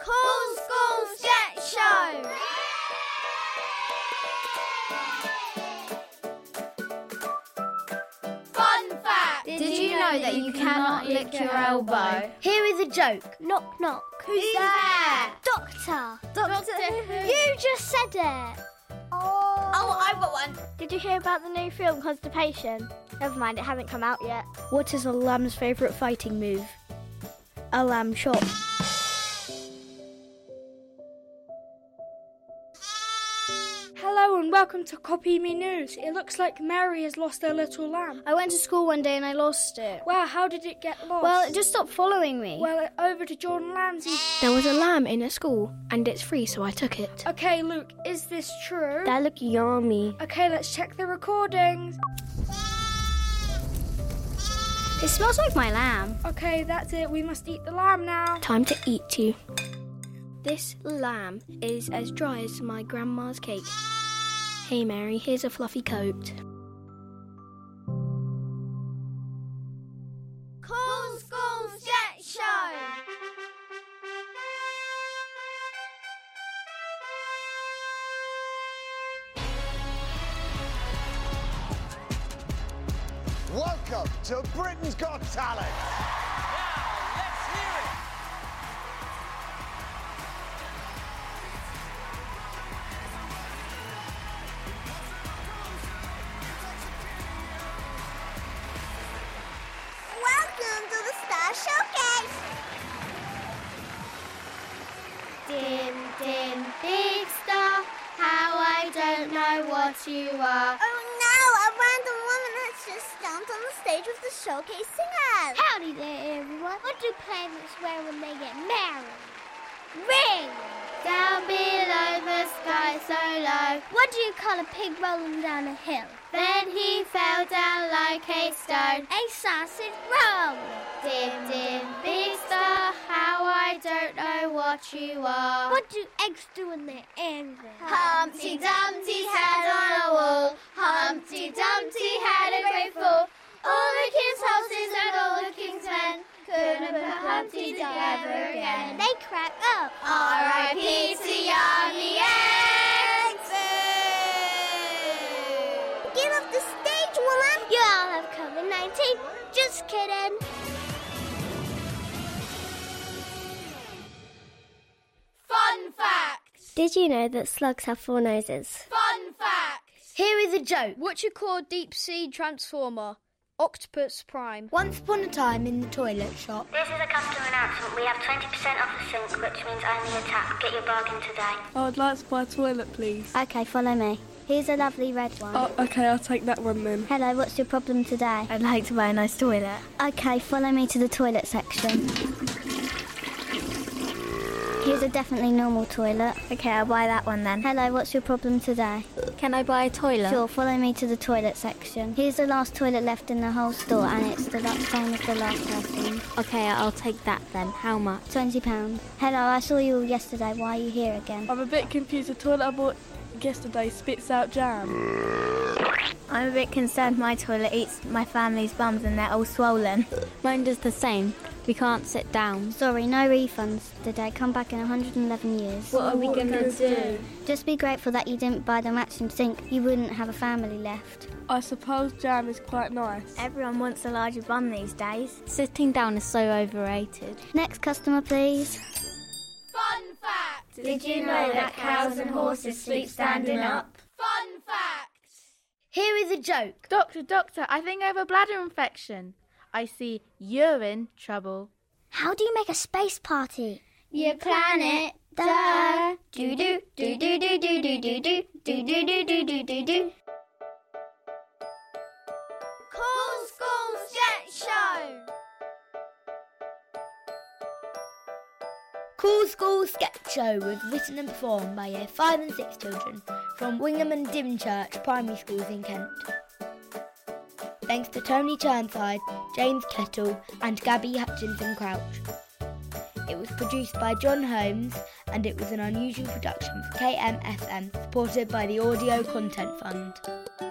Cool School Sketch Show. Fun fact. Did you know that you cannot lick your elbow? Here is a joke. Knock knock. Who's, there? Doctor. Doctor Who. You just said it. Oh. Oh, I've got one. Did you hear about the new film Constipation? Never mind, it hasn't come out yet. What is a lamb's favourite fighting move? A lamb shot. Hello and welcome to Copy Me News. It looks like Mary has lost her little lamb. I went to school one day and I lost it. Wow, how did it get lost? Well, it just stopped following me. well uh, over to Jordan Ramsey. There was a lamb in a school, and it's free, so I took it. Okay, Luke, is this true? That looked yummy. okay, let's check the recordings. it smells like my lamb. Okay, that's it. We must eat the lamb now. Time to eat you. This lamb is as dry as my grandma's cake. Hey, Mary, here's a fluffy coat. Cool School Sketch Show. Welcome to Britain's Got Talent. Welcome to the Star Showcase. Dim, dim, big star, how I don't know what you are. Oh no, a random woman has just stomped on the stage with the showcase singers. Howdy there, everyone. What do planets wear when they get married? Ring! Down below the sky so low. What do you call a pig rolling down a hill? Then he fell down like a stone. A sausage roll. Dim, dim, big star, how I don't know what you are. What do eggs do when they're angry? Humpty Dumpty's head on a wall. Humpty Dumpty had a great fall. All the king's horses and all the king's men couldn't put Humpty together again. They crack up. R.I.P. to Yummy Eggs. Get off the stage, woman! You all have COVID 19. Just kidding. Fun fact. Did you know that slugs have four noses? Fun fact. Here is a joke. What you call deep sea transformer? Octopus Prime. Once upon a time in the toilet shop. This is a customer announcement. We have 20% off the sink, which means only a tap. Get your bargain today. I would like to buy a toilet, please. Okay, follow me. Here's a lovely red one. Oh, okay, I'll take that one then. Hello, what's your problem today? I'd like to buy a nice toilet. Okay, follow me to the toilet section. Here's a definitely normal toilet. Okay, I'll buy that one then. Hello, what's your problem today? Can I buy a toilet? Sure, follow me to the toilet section. Here's the last toilet left in the whole store, and it's the last same as the last person. Okay, I'll take that then. How much? Twenty pounds. Hello, I saw you all yesterday. Why are you here again? I'm a bit confused. The toilet I bought yesterday spits out jam. I'm a bit concerned my toilet eats my family's bums and they're all swollen. Mine does the same. We can't sit down. Sorry, no refunds today. Come back in 111 years. What are we going to do? Just be grateful that you didn't buy the matching sink. You wouldn't have a family left. I suppose jam is quite nice. Everyone wants a larger bum these days. Sitting down is so overrated. Next customer, please. Fun fact. Did you know that cows and horses sleep standing up? Fun fact. Here is a joke. Doctor, doctor, I think I have a bladder infection. I see you're in trouble. How do you make a space party? Your planet. Da. Do do do do do do do do do do do do do do do do. Cool School Sketch Show. Cool School Sketch Show was written and performed by Year 5 and 6 children from Wingham and Dymchurch primary schools in Kent. Thanks to Tony Turnside, James Kettle, and Gabby Hutchinson Crouch. It was produced by John Holmes and it was an unusual production for KMFM supported by the Audio Content Fund.